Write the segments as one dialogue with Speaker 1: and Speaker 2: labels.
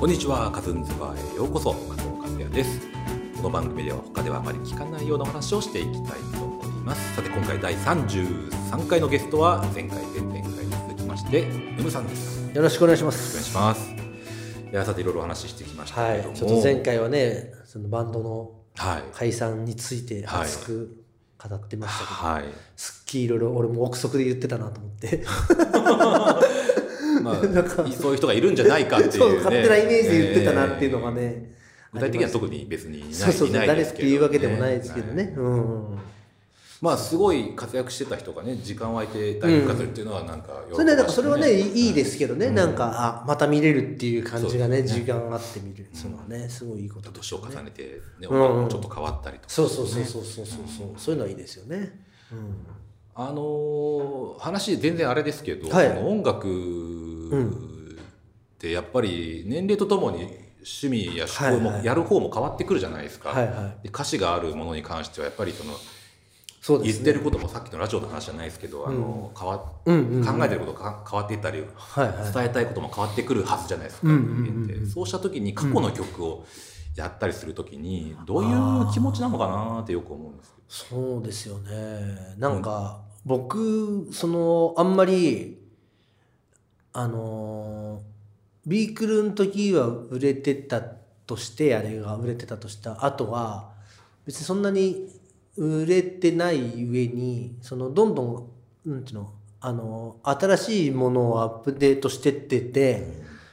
Speaker 1: こんにちは、カズンズバーへようこそ、加藤和也です。この番組では他ではあまり聞かないようなお話をしていきたいと思います。さて、今回第33回のゲストは、前回、前々回に続きまして、M さんです。
Speaker 2: よろしくお願いしま
Speaker 1: お願いし
Speaker 2: す。
Speaker 1: ます。いや、さて、いろいろお話ししてきましたけ
Speaker 2: は
Speaker 1: れ
Speaker 2: い
Speaker 1: ども、、
Speaker 2: ちょっと前回はね、そのバンドの
Speaker 1: はい。
Speaker 2: 解散について熱く語ってましたけど、
Speaker 1: はい。
Speaker 2: すっきりいろいろ俺も憶測で言ってたなと思って、
Speaker 1: まあ
Speaker 2: なんか、
Speaker 1: そういう人がいるんじゃないかっていう、ね。
Speaker 2: そう勝手なイメージで言ってたなっていうのが
Speaker 1: えー。
Speaker 2: ね、
Speaker 1: 具体的には特に別にいない
Speaker 2: そうそう
Speaker 1: い
Speaker 2: そう、
Speaker 1: ない
Speaker 2: 誰
Speaker 1: で
Speaker 2: っ
Speaker 1: す
Speaker 2: て
Speaker 1: けど、
Speaker 2: いうわけでもないですけどね、
Speaker 1: はい
Speaker 2: うん、
Speaker 1: まあすごい活躍してた人がね時間を空いて大復活っていうのはなんか喜ばしいね、
Speaker 2: それね、だからそれはね、いいですけどね、
Speaker 1: うん
Speaker 2: なんか、あ、また見れるっていう感じがね、
Speaker 1: そうですね
Speaker 2: 時間あって見る、そのね、すごいいいことだ
Speaker 1: 年を重ねて、ね、
Speaker 2: うんうん
Speaker 1: 音楽もちょっと変わったりとか、
Speaker 2: そうそうそうそうそうそうそう、そういうのはいいですよね。うん
Speaker 1: あのー話全然あれですけど、
Speaker 2: はい
Speaker 1: その音楽ってやっぱり年齢とともに趣味や趣向
Speaker 2: はいは
Speaker 1: も
Speaker 2: い
Speaker 1: やる方も変わってくるじゃないですか、
Speaker 2: はいはい
Speaker 1: で歌詞があるものに関してはやっぱりその
Speaker 2: そうで
Speaker 1: 言っ
Speaker 2: す
Speaker 1: て
Speaker 2: ね。
Speaker 1: ることもさっきのラジオの話じゃないですけど、あの変わ
Speaker 2: うんうんうん
Speaker 1: 考えてることが変わっていったり
Speaker 2: はいはい。
Speaker 1: 伝えたいことも変わってくるはずじゃないですか、
Speaker 2: うんうんうんうん
Speaker 1: 人間ってそうした時に過去の曲をやったりする時にどういう気持ちなのかなってよく思うんですけ
Speaker 2: そうですよね。なんか、僕、その、あんまり、あのー、ビークルの時は売れてたとして、あれが売れてたとした、あとは、別にそんなに売れてない上に、その、どんどん、なんていうの、あのー、新しいものをアップデートしてってて、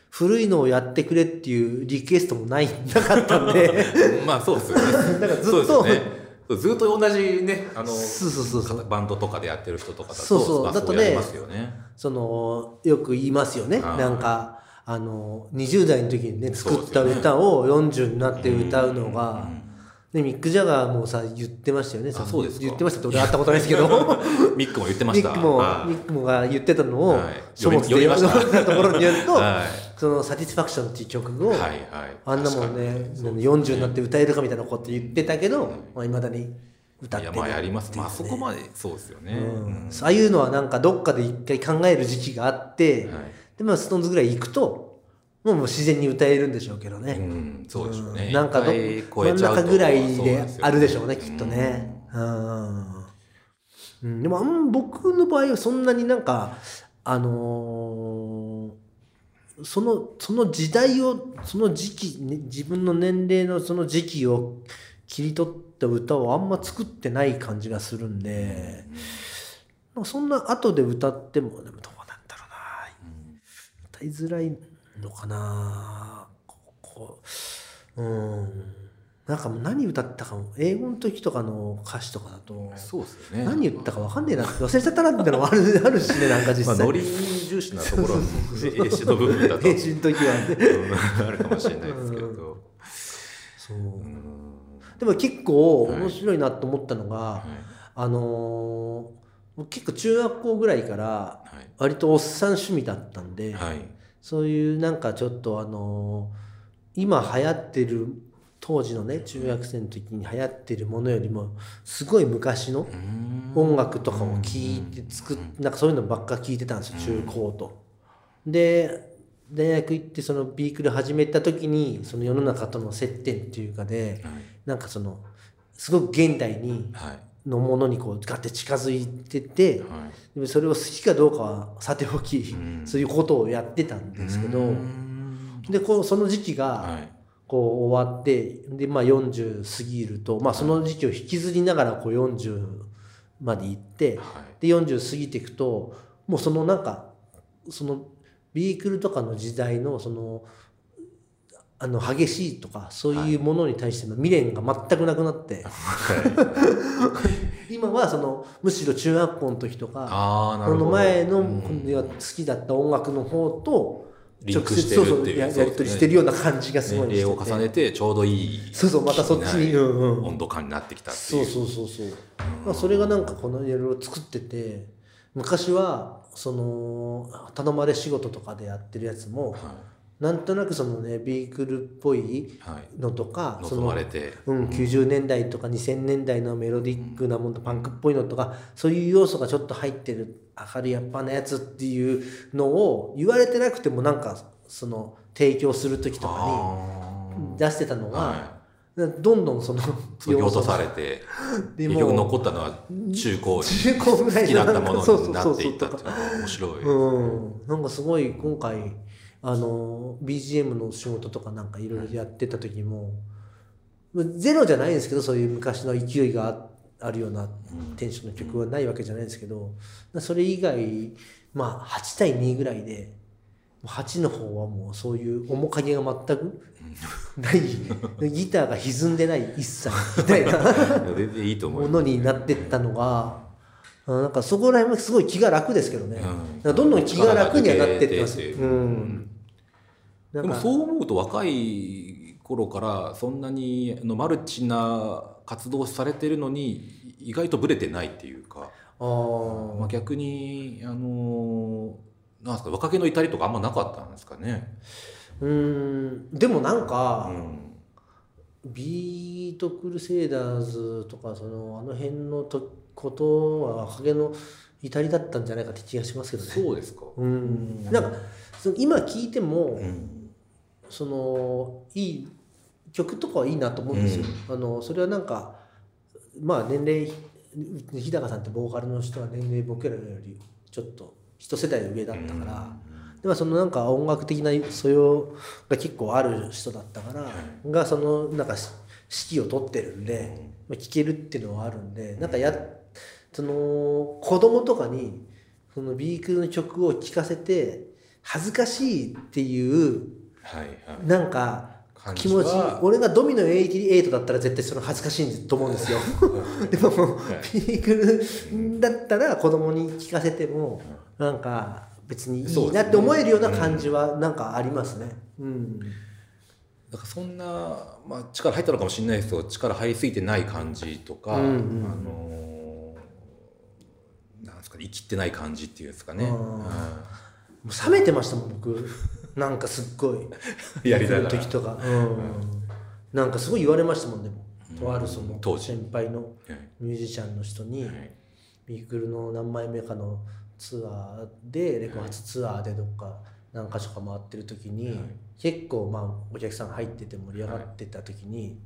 Speaker 2: 古いのをやってくれっていうリクエストもない、なかったんで。
Speaker 1: ど まあそうですよ ね
Speaker 2: だからずっと
Speaker 1: そうですよねそうずっと同じねあの
Speaker 2: そうそうそうそう
Speaker 1: バンドとかでやってる人とかだと
Speaker 2: そうそう
Speaker 1: まあ
Speaker 2: だとね
Speaker 1: やりますよね
Speaker 2: そのよく言いますよね、
Speaker 1: はい
Speaker 2: なんかあの20代の時にね
Speaker 1: そうで
Speaker 2: 作っ
Speaker 1: すよ
Speaker 2: た
Speaker 1: ね
Speaker 2: 歌を40になって歌うのが
Speaker 1: うんう、
Speaker 2: ね、ミック・ジャガーもさ言ってましたよねの
Speaker 1: そうですか
Speaker 2: 言ってましたって俺会ったことないです けど
Speaker 1: ミックも言ってまし
Speaker 2: ミ
Speaker 1: た
Speaker 2: ックもミ
Speaker 1: はい
Speaker 2: ックもが言ってたのを、
Speaker 1: はい
Speaker 2: 書物で
Speaker 1: 読み
Speaker 2: 読
Speaker 1: 読みま
Speaker 2: ん
Speaker 1: した
Speaker 2: だところによると、
Speaker 1: はい
Speaker 2: その「サティスファクション」っていう曲を、
Speaker 1: はいはい
Speaker 2: あんなもんね
Speaker 1: 確かにそう
Speaker 2: 40になって歌えるかみたいなこと言ってたけどいまあ、未だに歌っ
Speaker 1: い
Speaker 2: て
Speaker 1: や
Speaker 2: る
Speaker 1: まあやります、まあ
Speaker 2: って
Speaker 1: そ
Speaker 2: いう
Speaker 1: こ
Speaker 2: ね
Speaker 1: までそうですよね、
Speaker 2: うんああいうのはなんかどっかで一回考える時期があって、
Speaker 1: はい
Speaker 2: でまあストーンズぐらい行くともうもう自然に歌えるんでしょうけど
Speaker 1: う
Speaker 2: ね、
Speaker 1: ん、そうでしょう
Speaker 2: う
Speaker 1: ね。
Speaker 2: んなんかど
Speaker 1: 一回超
Speaker 2: 真
Speaker 1: え
Speaker 2: ん
Speaker 1: ちゃうと
Speaker 2: 中ぐらい
Speaker 1: そうな
Speaker 2: で
Speaker 1: んすよ
Speaker 2: あるでしょうねきっとねうん、うん、でもあん僕の場合はそんなになんかあのーそのその時代をその時期、ね、自分の年齢のその時期を切り取った歌をあんま作ってない感じがするんで、まあそんな後で歌ってもでもどうなんだろうな歌いづらいのかなここううんなんかもう何歌ったかも英語の時とかの歌詞とかだと
Speaker 1: そうですよね。
Speaker 2: 何言ったか分かんねえな忘れちゃったなってのもある あるしねなんか実
Speaker 1: まあ、
Speaker 2: 際
Speaker 1: ノリ重視なところは、 英詞の部分だと、う
Speaker 2: 英語の時はね
Speaker 1: んあるかもしれないですけど。
Speaker 2: そう
Speaker 1: うん
Speaker 2: でも結構
Speaker 1: はい
Speaker 2: 面白いなと思ったのが、
Speaker 1: はい
Speaker 2: あのー結構中学校ぐらいから
Speaker 1: はい
Speaker 2: 割とおっさん趣味だったんで、
Speaker 1: はい
Speaker 2: そういうなんかちょっとあのー今流行ってる当時のね中学生の時に流行ってるものよりもすごい昔の
Speaker 1: うん
Speaker 2: 音楽とかを聴いて作っなんかそういうのばっか聞いてたんですよ中高と。で大学行ってそのビークル始めた時にその世の中との接点っていうかで
Speaker 1: はい
Speaker 2: なんかそのすごく現代に
Speaker 1: はい
Speaker 2: のものにこうガッて近づいてて
Speaker 1: は
Speaker 2: でもそれを好きかどうかはさておき、
Speaker 1: ん
Speaker 2: そういうことをやってたん
Speaker 1: い
Speaker 2: ですけど。
Speaker 1: うん
Speaker 2: でこうその時期
Speaker 1: は
Speaker 2: が
Speaker 1: い
Speaker 2: こう終わってで、まあ、40過ぎると、まあ、その時期を引きずりながらこう40まで行って
Speaker 1: はい
Speaker 2: で40過ぎていくともうそのなんかそのビークルとかの時代のそのあの激しいとかそういうものに対しての未練が全くなくなって、 今はそのむしろ中学校の時とか
Speaker 1: ああな
Speaker 2: そ
Speaker 1: るほど
Speaker 2: の前の
Speaker 1: うん
Speaker 2: 好きだった音楽の方と
Speaker 1: リン
Speaker 2: 直
Speaker 1: ク
Speaker 2: 接
Speaker 1: して
Speaker 2: そうそ
Speaker 1: るっ
Speaker 2: う
Speaker 1: ていう
Speaker 2: や
Speaker 1: そうですね
Speaker 2: やり取りしてるような感じがすごい
Speaker 1: 年齢を重ねてちょうどいい
Speaker 2: そうそうまたそっちに
Speaker 1: 気
Speaker 2: うん
Speaker 1: な
Speaker 2: うん
Speaker 1: い温度感になってきたって
Speaker 2: そ
Speaker 1: いうう
Speaker 2: そうそうそう、まあ、それがなんかこのいろいろ作ってて昔はその頼まれ仕事とかでやってるやつも
Speaker 1: は
Speaker 2: なんとなくそのねビークルっぽい
Speaker 1: はい、
Speaker 2: のとかそ
Speaker 1: 望
Speaker 2: の
Speaker 1: まれて
Speaker 2: うん、90年代とか2000年代のメロディックなものとパンクっぽいのとかそういう要素がちょっと入ってる明るいやっぱなやつっていうのを言われてなくてもなんかその提供する時とか
Speaker 1: あー
Speaker 2: に出してたのが、
Speaker 1: は
Speaker 2: どんどんその
Speaker 1: い、削ぎ落とされて
Speaker 2: で
Speaker 1: 結
Speaker 2: も
Speaker 1: 局残ったのは中高
Speaker 2: 中高ぐらい
Speaker 1: 好きだったも
Speaker 2: そ
Speaker 1: の
Speaker 2: うそ
Speaker 1: に
Speaker 2: う
Speaker 1: な
Speaker 2: そ
Speaker 1: っ
Speaker 2: う
Speaker 1: て
Speaker 2: そ
Speaker 1: いっ
Speaker 2: う
Speaker 1: た
Speaker 2: と
Speaker 1: って
Speaker 2: か
Speaker 1: いうのが面白い、
Speaker 2: うん、なんかすごい今回あの BGM の仕事とかなんかいろいろやってた時も、ゼロじゃないんですけどそういう昔の勢いがああるようなテンションの曲はないわけじゃないですけど、それ以外まあ8対2ぐらいで8の方はもうそういう面影が全くないギターが歪んでない一切みたい な。
Speaker 1: いや全然いいと思い
Speaker 2: も
Speaker 1: ます
Speaker 2: のになってったのが、うんなんかそこら辺もすごい気が楽ですけどね、
Speaker 1: うん
Speaker 2: なんかどんどん気が楽にはなってってます、
Speaker 1: 力が抜けてって
Speaker 2: うん、な
Speaker 1: で
Speaker 2: ん
Speaker 1: も
Speaker 2: か
Speaker 1: そう思うと若い頃からそんなにあのマルチな活動されてるのに意外とブレてないっていうか、
Speaker 2: あ
Speaker 1: まあ、
Speaker 2: ー
Speaker 1: 逆にあのなんですか若気の至りとかあんまなかったんですかね。
Speaker 2: うんでもなん
Speaker 1: う
Speaker 2: か、
Speaker 1: ん
Speaker 2: ビートクルセイダーズとかそのあの辺のとことは若気の至りだったんじゃないかって気がしますけどね。
Speaker 1: そうですか、
Speaker 2: うん、なんかその今聞いても、
Speaker 1: うん
Speaker 2: そのいい曲とかはいいなと思うんですよ。あのそれはなんかまあ年齢日高さんってボーカルの人は年齢僕らよりちょっと一世代上だったから、でもそのなんか音楽的な素養が結構ある人だったから、がそのなんかし指揮を取ってるんで、まあ、聴けるっていうのはあるんでなんかやその子供とかにその B クルの曲を聴かせて恥ずかしいっていう
Speaker 1: はいはい
Speaker 2: なんか
Speaker 1: 感
Speaker 2: 気
Speaker 1: じ
Speaker 2: 持ち
Speaker 1: は
Speaker 2: 俺がドミノ88だったら絶対その恥ずかしいと思うんですよ でもピークルだったら子供に聞かせてもなんか別にいいなって思えるような感じはなんかありますねうん
Speaker 1: なんかそんな、まあ、力入ったのかもしれないですけど力入りすぎてない感じとか、
Speaker 2: うんうん
Speaker 1: あのーなんですかね生きってない感じっていうんですかね、
Speaker 2: あー
Speaker 1: う
Speaker 2: もう冷めてましたもん僕なんかすっごい
Speaker 1: んやりなが
Speaker 2: の
Speaker 1: ら
Speaker 2: 時とかうんなんかすごい言われましたもんでもとあるその
Speaker 1: 当時
Speaker 2: 先輩の
Speaker 1: はい
Speaker 2: ミュージシャンの人に、
Speaker 1: はい
Speaker 2: ビークルの何枚目かのツアーでレコ発ツアーでどっか何か所か回ってる時に、
Speaker 1: はい
Speaker 2: 結構まあお客さん入ってて盛り上がってた時に、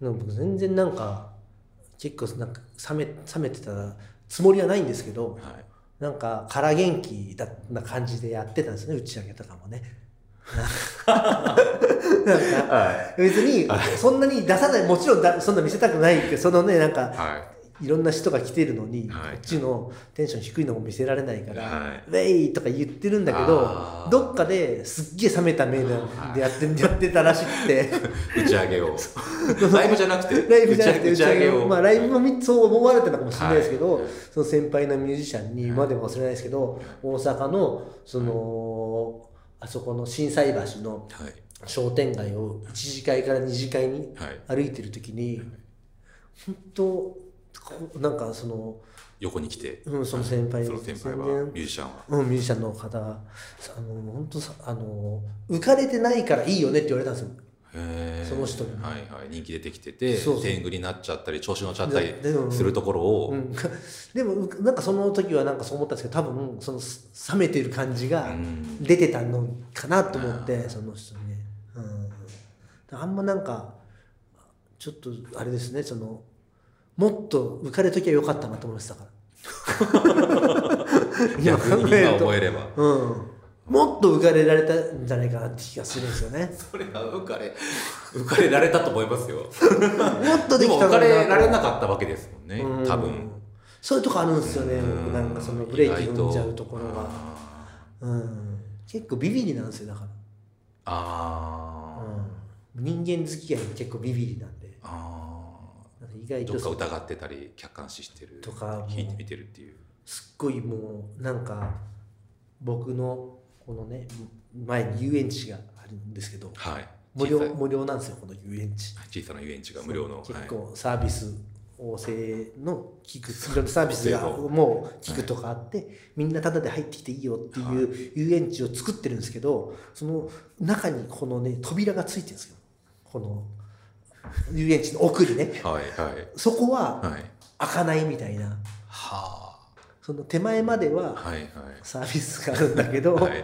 Speaker 2: なんか僕全然なんか結構なんか冷め冷めてたつもりはないんですけど
Speaker 1: はい
Speaker 2: なんか空元気だな感じでやってたんですね打ち上げとかもね。なんかなんか別にそんなに出さないもちろんだそんな見せたくないけどそのねなんか
Speaker 1: はい
Speaker 2: ろんな人が来てるのに、
Speaker 1: はい
Speaker 2: こっちのテンション低いのも見せられないから、
Speaker 1: はい
Speaker 2: ウェイとか言ってるんだけ
Speaker 1: あ
Speaker 2: ど
Speaker 1: ー
Speaker 2: どっかですっげえ冷めた目ででやって,、やってたらし くて
Speaker 1: い打ち上げ をライブじゃなくて
Speaker 2: ライブじゃなくて
Speaker 1: 打ち
Speaker 2: 打ち
Speaker 1: 上
Speaker 2: 上
Speaker 1: げ
Speaker 2: げ
Speaker 1: を、
Speaker 2: を、まあ、ライブもみそう思われてたかもしれないですけど、
Speaker 1: はい
Speaker 2: その先輩のミュージシャンに今でも忘れないですけど、大阪のその、あそこの心斎橋の
Speaker 1: はい
Speaker 2: 商店街を1次会から2次会に
Speaker 1: はい
Speaker 2: 歩いてる時に、本当こうなんかその。
Speaker 1: 横に来て
Speaker 2: うん、その先輩
Speaker 1: その先輩は
Speaker 2: 全然
Speaker 1: ミュージシャンは
Speaker 2: うん、ミュージシャンの方がさあの本当さあの浮かれてないからいいよねって言われたんですよ
Speaker 1: へー
Speaker 2: その人に
Speaker 1: はいはい、人気出てきてて
Speaker 2: そうそう
Speaker 1: 天狗になっちゃったり調子乗っちゃったり
Speaker 2: ででも
Speaker 1: するところを、
Speaker 2: うん でもうなんかその時はなんかそう思ったんですけど多分そのす冷めてる感じが
Speaker 1: うん
Speaker 2: 出てたのかなと思って、その人にね、うん、あんまなんかちょっとあれですねそのもっと浮かれときゃよかったなと思いましたから
Speaker 1: 逆に
Speaker 2: 考え
Speaker 1: 今
Speaker 2: ると
Speaker 1: 思えれば
Speaker 2: うん、もっと浮かれられたんじゃないかなって気がするんですよね。
Speaker 1: それは浮かれ浮かれられたと思いますよ
Speaker 2: もっと
Speaker 1: で
Speaker 2: で
Speaker 1: も
Speaker 2: きた
Speaker 1: 浮か
Speaker 2: の
Speaker 1: れられ
Speaker 2: な
Speaker 1: なかったわけですもんね
Speaker 2: うん
Speaker 1: 多分
Speaker 2: そういうとこあるんですよね、
Speaker 1: うん
Speaker 2: 僕なんかそのブレーキ踏んじゃうところ
Speaker 1: 意外
Speaker 2: が。
Speaker 1: あ
Speaker 2: うん、結構ビビリなんですよ、だか
Speaker 1: ーあー、
Speaker 2: ら。うん、人間付き合い結構ビビリなんで、
Speaker 1: あ
Speaker 2: なんか意外
Speaker 1: ーど
Speaker 2: と
Speaker 1: っか
Speaker 2: す
Speaker 1: 疑ってたり客観視してる
Speaker 2: とかも
Speaker 1: 聞いてみてるっていう
Speaker 2: っごいもう、なんか僕のこのね、前に遊園地があるんですけど、
Speaker 1: はい
Speaker 2: 無
Speaker 1: 小さい
Speaker 2: 料無料なんですよ、この遊園地。
Speaker 1: 小さな遊園地が無料の
Speaker 2: 結
Speaker 1: はい
Speaker 2: 構サービス構成の聞く、いろんなサービスがもう聞くとかあって、みんなタダで入ってきていいよっていう遊園地を作ってるんですけど、その中にこのね、扉がついてるんですよ。この遊園地の奥にね。
Speaker 1: はいはい
Speaker 2: そこは
Speaker 1: はい
Speaker 2: 開かないみたいな。
Speaker 1: は
Speaker 2: その手前まで
Speaker 1: あ
Speaker 2: は
Speaker 1: はいはい
Speaker 2: サービスがあるんだけど、
Speaker 1: はい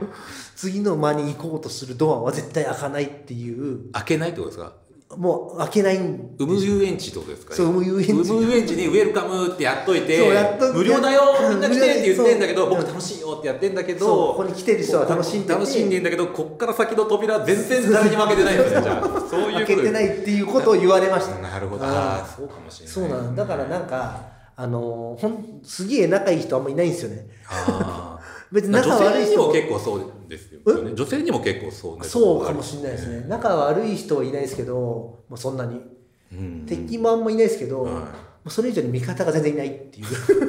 Speaker 2: 次の間に行こうとするドアは絶対開かないっていう、
Speaker 1: 開けないってことですか
Speaker 2: もう開けないん
Speaker 1: 産む遊園地ってことですか
Speaker 2: そう産む遊園地
Speaker 1: 産む遊園地にウェルカムってやっといて
Speaker 2: そうやっといて
Speaker 1: 無料だよみんな来てって言ってんだけど
Speaker 2: そう
Speaker 1: 僕楽しいよってやってんだけど
Speaker 2: そうここに来てる人は楽しんでて
Speaker 1: 楽しんでんだけどこっから先の扉全然誰にも開けてないんですよじゃあそういうこと
Speaker 2: 開けてないいっていうことを言われました。
Speaker 1: なるほど
Speaker 2: あ
Speaker 1: あ
Speaker 2: あ
Speaker 1: ーそうかもしれない
Speaker 2: そうなんだからなんか、あのーほんすげえ仲いい人あんまいないんですよね。
Speaker 1: あ
Speaker 2: 別
Speaker 1: ー
Speaker 2: に仲
Speaker 1: 女
Speaker 2: 悪い
Speaker 1: 性に
Speaker 2: 人
Speaker 1: も結構そうですよね女性にも結構そうなる
Speaker 2: そうかもしれないですね。仲悪い人はいないですけど、まあ、そんなに。
Speaker 1: うん
Speaker 2: 敵もあんまいないですけど、
Speaker 1: はい
Speaker 2: まあそれ以上に味方が全然いな いっていう。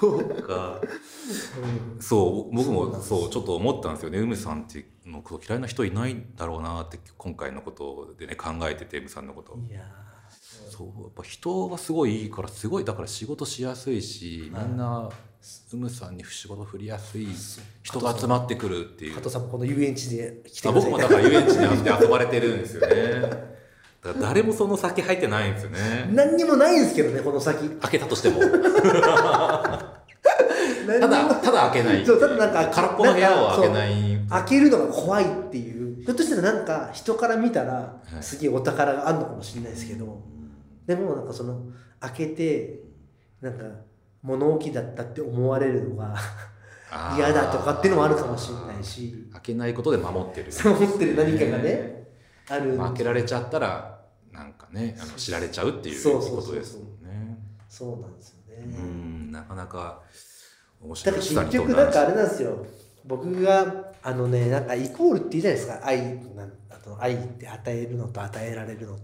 Speaker 1: そうか
Speaker 2: うん
Speaker 1: そう僕
Speaker 2: そうなん
Speaker 1: も
Speaker 2: です
Speaker 1: そうちょっと思ったんですよね梅さんっていうのこと嫌いな人いないだろうなって今回のことでね考えてて梅さんのこと
Speaker 2: いやー
Speaker 1: そうやっぱ人がすごいいいからすごいだから仕事しやすいしみ
Speaker 2: はい
Speaker 1: んな梅さんに仕事振りやすい人が集まってくるっていう
Speaker 2: 加藤さんもこの遊園地で来て
Speaker 1: あ
Speaker 2: くだ
Speaker 1: 僕
Speaker 2: さい
Speaker 1: もだから遊園地に遊遊ばれてるんですよねだから誰もその先入ってないんですよね
Speaker 2: 何にもないんですけどねこの先
Speaker 1: 開けたとしても
Speaker 2: 何
Speaker 1: た
Speaker 2: にも
Speaker 1: だただ開けない
Speaker 2: そうただなんか
Speaker 1: 空っぽの部屋を開けない
Speaker 2: 開けるのが怖いっていうひょっとしたらなんか人から見たら
Speaker 1: い
Speaker 2: すげえお宝があるのかもしれないですけど、でもなんかその開けてなんか物置だったって思われるのが
Speaker 1: あー
Speaker 2: 嫌だとかっていうのもあるかもしれないし
Speaker 1: 開けないことで守ってる
Speaker 2: そう思ってる何かがねあるんで
Speaker 1: まあ開けられちゃったらなんかねあの知られちゃうっていう
Speaker 2: そう
Speaker 1: こ
Speaker 2: そう
Speaker 1: と
Speaker 2: そうそう
Speaker 1: ですもんね
Speaker 2: そうなんですよね、
Speaker 1: うんなかなか面
Speaker 2: だ
Speaker 1: 白
Speaker 2: か
Speaker 1: い
Speaker 2: ら
Speaker 1: 資
Speaker 2: 結
Speaker 1: 産と
Speaker 2: 局なんかあれなんですよ僕があのねなんかイコールって言うじゃないですか愛なんあの愛って与えるのと与えられるの、
Speaker 1: は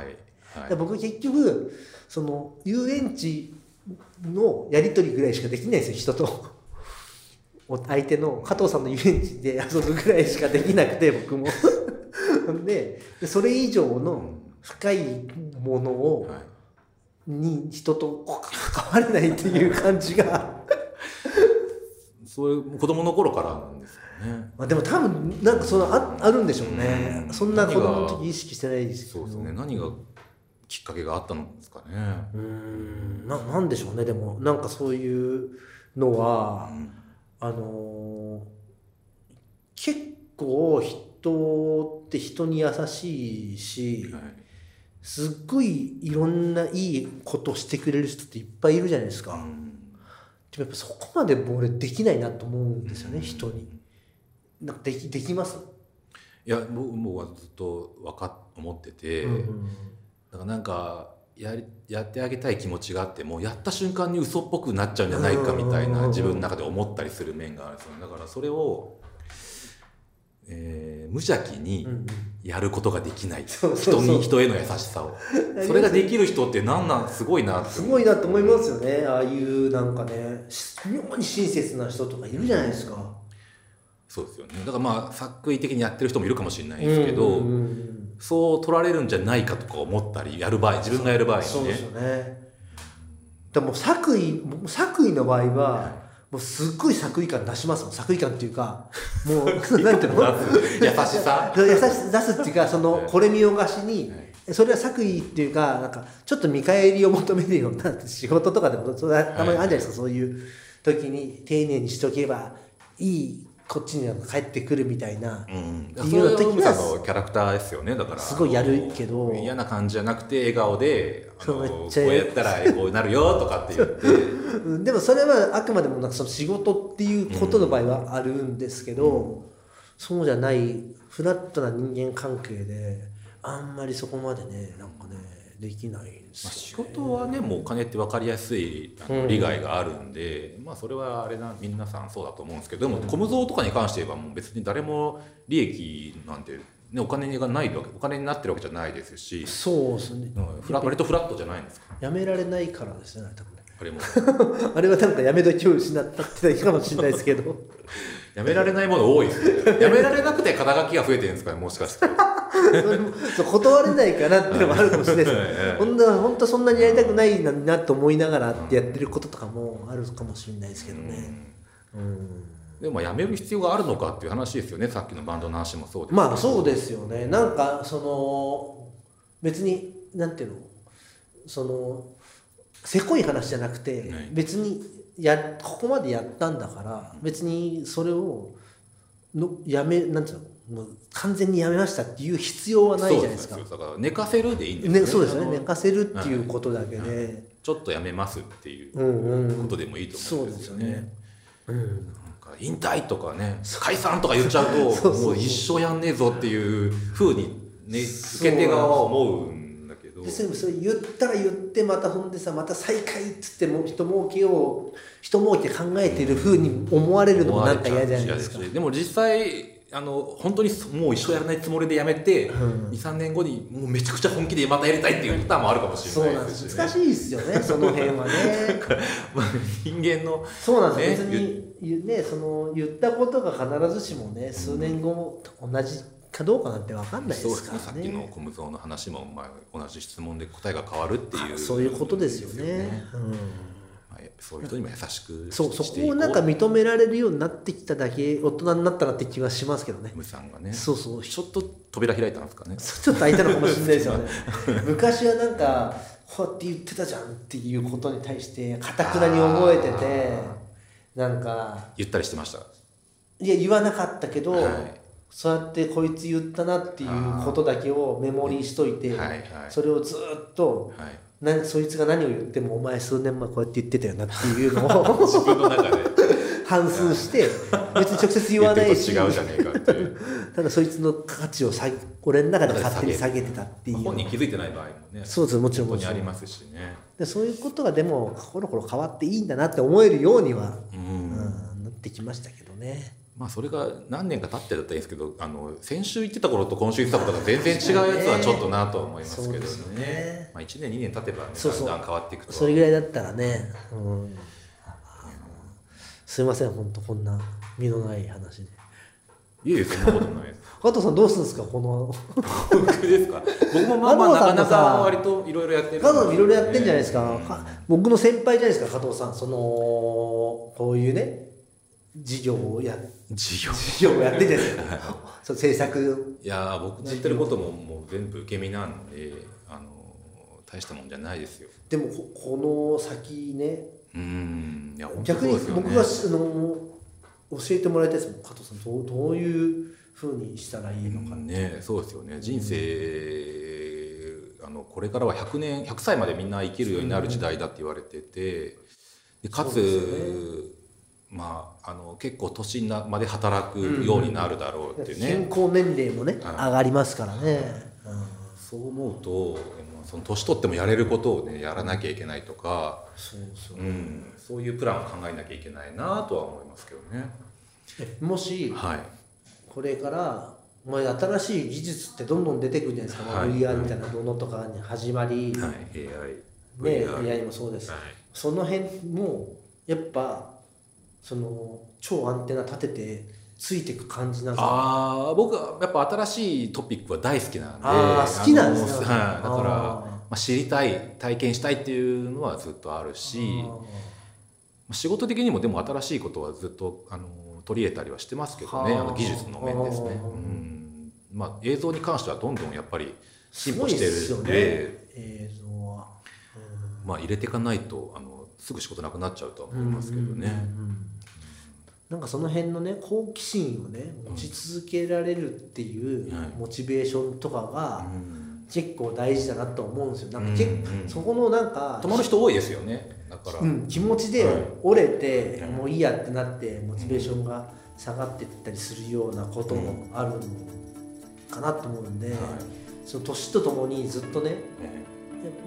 Speaker 1: い、はい
Speaker 2: で、僕結局その遊園地のやり取りぐらいしかできないんですよ人と お相手の加藤さんの遊園地で遊ぶぐらいしかできなくて僕も ほんででそれ以上の深いものを、
Speaker 1: はい
Speaker 2: に人と関われないっていう感じが。
Speaker 1: そういう子供の頃からなんですよね
Speaker 2: まあ、でも多分なんかそのああるんでしょうね、
Speaker 1: うん
Speaker 2: そんな子供の時意識してないですけ
Speaker 1: そう
Speaker 2: ど
Speaker 1: ですね何がきっかけがあったんですかね
Speaker 2: うーんななんでしょうねでもなんかそういうの
Speaker 1: う
Speaker 2: は、
Speaker 1: ん
Speaker 2: あのー結構人って人に優しいし、
Speaker 1: はい
Speaker 2: すっごいいろんないいことしてくれる人っていっぱいいるじゃないですか、
Speaker 1: うん
Speaker 2: でもやっぱそこまで俺できないなと思うんですよね、
Speaker 1: うん
Speaker 2: 人になんかできできます、
Speaker 1: いや僕もはずっとわか思ってて、
Speaker 2: うんうん
Speaker 1: だからなんかやりやってあげたい気持ちがあってもうやった瞬間に嘘っぽくなっちゃうんじゃないかみたい
Speaker 2: うんうんうんう
Speaker 1: なん自分の中で思ったりする面があるんですよねだからそれを、えー無邪気に
Speaker 2: うんうん
Speaker 1: やることができない、
Speaker 2: そうそうそう
Speaker 1: 人に人への優しさ をそれができる人って何なんすごいなって
Speaker 2: すごいなと思いますよねああいうなんかねし妙に親切な人とかいるじゃないですか。
Speaker 1: そうですよねだからまあ作為的にやってる人もいるかもしれないですけど、
Speaker 2: うんうんうん
Speaker 1: そう取られるんじゃないかとか思ったりやる場合自分がやる場合に
Speaker 2: そうです
Speaker 1: ね
Speaker 2: よね。でも作為もう作為の場合はもうすっごい作為感出しますもん作為感っていうかもうなんていうの
Speaker 1: 優し さ
Speaker 2: 優しさ出すっていうかその
Speaker 1: はい
Speaker 2: これ見よがしに
Speaker 1: は
Speaker 2: それは作為っていうかなんかちょっと見返りを求めるような仕事とかでもそれたまにあるじゃないですかそういう時に丁寧にしとけばいいこっちになんか返ってくるみたいな
Speaker 1: うん、
Speaker 2: 理
Speaker 1: それ
Speaker 2: 由
Speaker 1: は
Speaker 2: の時
Speaker 1: ム
Speaker 2: は
Speaker 1: さんのキャラクターですよねだから
Speaker 2: すごいやるけど
Speaker 1: 嫌な感じじゃなくて笑顔であの
Speaker 2: そう め
Speaker 1: こ
Speaker 2: っちゃ
Speaker 1: うやったらこうなるよとかって言って
Speaker 2: うんでもそれはあくまでもなんかその仕事っていうことの場合はあるんですけどそうじゃないフラットな人間関係であんまりそこまでねなんかねできないんです
Speaker 1: まあ
Speaker 2: よ
Speaker 1: 仕事はねもうお金って分かりやすいあの
Speaker 2: うん
Speaker 1: 利害があるんで、まあそれはあれな皆さんそうだと思うんですけどでも小無造とかに関して言えばもう別に誰も利益なんて、ね、お金がないわけお金になってるわけじゃないですし、
Speaker 2: そうですね
Speaker 1: うんフラ割とフラットじゃないんですか
Speaker 2: やめられないからですねあれ多分ね
Speaker 1: あれも
Speaker 2: あれはなんかやめ時を失ったってないかもしれないですけど
Speaker 1: やめられないもの多いですねやめられなくて肩書きが増えてるんですかねもしかして
Speaker 2: そう断れないかなっていうのもあるかもしれない ですよ
Speaker 1: ええ
Speaker 2: ほんと本当そんなにやりたくないななと思いながらってやってることとかもあるかもしれないですけどね。うん
Speaker 1: でもまあやめる必要があるのかっていう話ですよねさっきのバンドの話もそうです
Speaker 2: まあそうですよねなんかその別になんていうのそのせこい話じゃなくて、
Speaker 1: はい
Speaker 2: 別にやここまでやったんだから別にそれをのやめなんていうのもう完全にやめましたっていう必要はないじゃないですか。
Speaker 1: そうよだから寝かせるでいいんです
Speaker 2: ね、そうですよ
Speaker 1: あ
Speaker 2: ね
Speaker 1: の
Speaker 2: 寝かせるっていうことだけで、
Speaker 1: ちょっとやめますっていう
Speaker 2: うんうん
Speaker 1: ことでもいいと思うんですよね。
Speaker 2: そうですよう
Speaker 1: な
Speaker 2: ん、
Speaker 1: んか引退とかね解散とか言っちゃうと
Speaker 2: そうそう
Speaker 1: もう一生やんねえぞっていうふうに、ね、受け手側は思うんだけど
Speaker 2: でそれそれ言ったら言ってまたほんでさまた再開っつってもう人儲けを人儲け考えてる風に思われるのもなんか嫌じゃないですか
Speaker 1: 思われちゃうし嫌ですしでも実際あの本当にもう一生やらないつもりでやめて、
Speaker 2: うん
Speaker 1: 23年後にもうめちゃくちゃ本気でまたやりたいっていうパターンもあるかもし
Speaker 2: そう
Speaker 1: れ
Speaker 2: な
Speaker 1: なんいで
Speaker 2: で
Speaker 1: す
Speaker 2: す
Speaker 1: し、
Speaker 2: 難
Speaker 1: ね、
Speaker 2: しいですよ ねその辺はね
Speaker 1: まあ人間の
Speaker 2: そうなんです、
Speaker 1: ね
Speaker 2: 別に言,、ね、その言ったことが必ずしもね数年後と同じかどうかなんて分かんないで
Speaker 1: そうですす
Speaker 2: か
Speaker 1: ねさ
Speaker 2: ら
Speaker 1: っ
Speaker 2: ね
Speaker 1: きの小無造の話も、まあ、同じ質問で答えが変わるっていう
Speaker 2: そういうことですよね
Speaker 1: まあ、やっぱそういう人にも優しく
Speaker 2: うん、そうそ
Speaker 1: してい
Speaker 2: こをなんか認められるようになってきただけ大人になったなって気はしますけどね
Speaker 1: ムさんがね
Speaker 2: そうそう
Speaker 1: ちょっと扉開いたんですかね
Speaker 2: ちょっと空いたのかもしれないです よね。昔はなんか、こうやって言ってたじゃんっていうことに対して、かたくなに覚えてて、なんか、
Speaker 1: 言ったりしてました
Speaker 2: いや、言わなかったけど、
Speaker 1: はい
Speaker 2: そうやってこいつ言ったなっていうことだけをメモリーしといて、
Speaker 1: はいはい
Speaker 2: それをずっと、
Speaker 1: はい
Speaker 2: なそいつが何を言ってもお前数年前こうやって言ってたよなっていうのを
Speaker 1: 自分の中で
Speaker 2: 反芻して別に直接言わないし
Speaker 1: 言ってること違うじゃねえかっていう
Speaker 2: ただそいつの価値を下げ俺の中で勝手に下げてたってい
Speaker 1: まあ
Speaker 2: う
Speaker 1: 本人気づいてない場合もね
Speaker 2: そうですもちろん
Speaker 1: 本
Speaker 2: も
Speaker 1: 当
Speaker 2: ち
Speaker 1: に
Speaker 2: ろ
Speaker 1: あ
Speaker 2: ん
Speaker 1: りますしね
Speaker 2: でそういうことがでもコロコロ変わっていいんだなって思えるようには、
Speaker 1: う
Speaker 2: うん
Speaker 1: ん
Speaker 2: なってきましたけどね。
Speaker 1: まあそれが何年か経ってだったらいいんですけどあの先週言ってた頃と今週言ってたことが全然違うやつはちょっとなとは思いますけどね
Speaker 2: そうですね
Speaker 1: まあ、1年2年経てば、ね、
Speaker 2: そうそう
Speaker 1: だんだん変わっていくと
Speaker 2: それぐらいだったらね、うん、すいません本当こんな身のない話で。
Speaker 1: いえいえそんなことないです
Speaker 2: 加藤さんどうするんですかこの
Speaker 1: 僕ですか僕もまあまあなかなか割といろいろやってる
Speaker 2: 加藤さんいろいろやってんじゃないですすか、か僕の先輩じゃないですか加藤さんそのこういうね事業をや
Speaker 1: 事業
Speaker 2: 事業をやってんじゃないですかそう制作
Speaker 1: いやー僕の言ってることももう全部受け身なんで、あのー大したもんじゃないですよ。
Speaker 2: でもここの先ね
Speaker 1: うーんいや本当
Speaker 2: 逆
Speaker 1: そう
Speaker 2: に
Speaker 1: ですよね
Speaker 2: 僕がしあの教えてもらいたいですもん加藤さんどうどういうふうにしたらいいのか、
Speaker 1: ねそうですよね人生、あのこれからは100年100歳までみんな生きるようになる時代だって言われててでかつ
Speaker 2: そうです
Speaker 1: まああの結構年なまで働くようになるだろうってね。
Speaker 2: 健康年齢もね、
Speaker 1: はい
Speaker 2: 上がりますからね、うん
Speaker 1: そう思うとまあその年取ってもやれることをねやらなきゃいけないとか、
Speaker 2: そうそう
Speaker 1: うん、そういうプランを考えなきゃいけないなとは思いますけどね。
Speaker 2: えもし
Speaker 1: はい、
Speaker 2: これからまあ新しい技術ってどんどん出てくるじゃないですか、
Speaker 1: はい
Speaker 2: VR みたいなものとかに始まり、
Speaker 1: はい、AI、
Speaker 2: ね
Speaker 1: VR はい
Speaker 2: AI もそうです、その辺もやっぱその超アンテナ立ててついていく感じなんですか
Speaker 1: ああ僕はやっぱ新しいトピックは大好きなんで
Speaker 2: あー好きなんです
Speaker 1: あのはい、だ
Speaker 2: ね
Speaker 1: から
Speaker 2: あー
Speaker 1: まあ、知りたい体験したいっていうのはずっとあるしまあ仕事的にもでも新しいことはずっとあの取り入れたりはしてますけどね
Speaker 2: はあ
Speaker 1: あの技術の面ですね、
Speaker 2: あー
Speaker 1: うんまあ、映像に関してはどんどんやっぱり
Speaker 2: す
Speaker 1: 進
Speaker 2: ご
Speaker 1: 歩
Speaker 2: い
Speaker 1: し
Speaker 2: って
Speaker 1: る
Speaker 2: すよ
Speaker 1: ん
Speaker 2: ね
Speaker 1: で、
Speaker 2: 映像は、
Speaker 1: まあ、入れていかないとあのすぐ仕事なくなっちゃうとは思いますけどね。
Speaker 2: なんかその辺のね好奇心をね持ち続けられるっていう
Speaker 1: はい
Speaker 2: モチベーションとかが
Speaker 1: うん
Speaker 2: 結構大事だなと思うんですよなんか結構
Speaker 1: うんうん
Speaker 2: そこのなんか
Speaker 1: 止まる人多いですよねだから、
Speaker 2: うん、気持ちで
Speaker 1: はい
Speaker 2: 折れて、
Speaker 1: はい
Speaker 2: もういいやってなってモチベーションが下がってったりするようなこともあるのかなと思うんで、
Speaker 1: はい
Speaker 2: その年とともにずっとね
Speaker 1: ね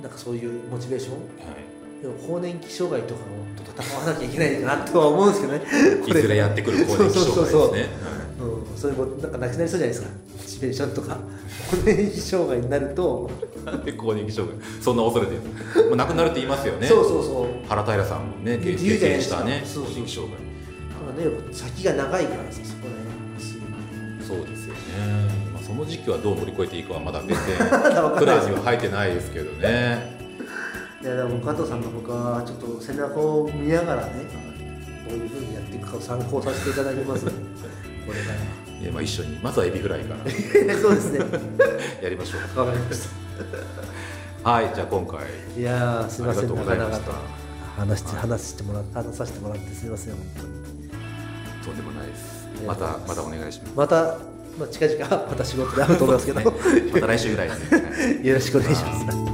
Speaker 2: なんかそういうモチベーション
Speaker 1: はい
Speaker 2: でも更年期障害とかと戦わなきゃいけないのかなとは思うんですけどね
Speaker 1: いずれやってくる更年期障害ですね。
Speaker 2: そうそうそう そう、うん、それもなんかなくなりそうじゃないですかモチベーションとか更年期障害になると、
Speaker 1: なんで更年期障害、そんな恐れてる。もうなくなるって言いますよね。
Speaker 2: そうそうそう
Speaker 1: 原平さんもね、経
Speaker 2: 言うじゃない
Speaker 1: 験
Speaker 2: で
Speaker 1: し
Speaker 2: すか
Speaker 1: たね、
Speaker 2: そう
Speaker 1: 更
Speaker 2: そう
Speaker 1: 年期障害。
Speaker 2: だからね先が長いからさそこら辺すごい
Speaker 1: そうですよね、まあ、その時期はどう乗り越えていいかはまだ 全然プ
Speaker 2: プ
Speaker 1: ランには入ってないですけどね
Speaker 2: いやでも加藤さんの僕はちょっと背中を見ながらねどういうふうにやっていくかを参考させていただきますね これか
Speaker 1: えまあ一緒にまずはエビフライから
Speaker 2: らそうですね
Speaker 1: やりましょ
Speaker 2: わかりまし
Speaker 1: うはいじゃあ今回
Speaker 2: たいやーすいませ
Speaker 1: あり
Speaker 2: ん
Speaker 1: がと
Speaker 2: な
Speaker 1: うござ
Speaker 2: か
Speaker 1: いま
Speaker 2: な
Speaker 1: し
Speaker 2: か
Speaker 1: た
Speaker 2: と話して話してもら話させてもらってすいません本当に
Speaker 1: とんでもないです
Speaker 2: り
Speaker 1: ま
Speaker 2: がとうござ
Speaker 1: た
Speaker 2: います
Speaker 1: またお願いします
Speaker 2: また、まあ、近々また仕事で会うと思いますけど
Speaker 1: また来週ぐらいですね
Speaker 2: よろしくお願いします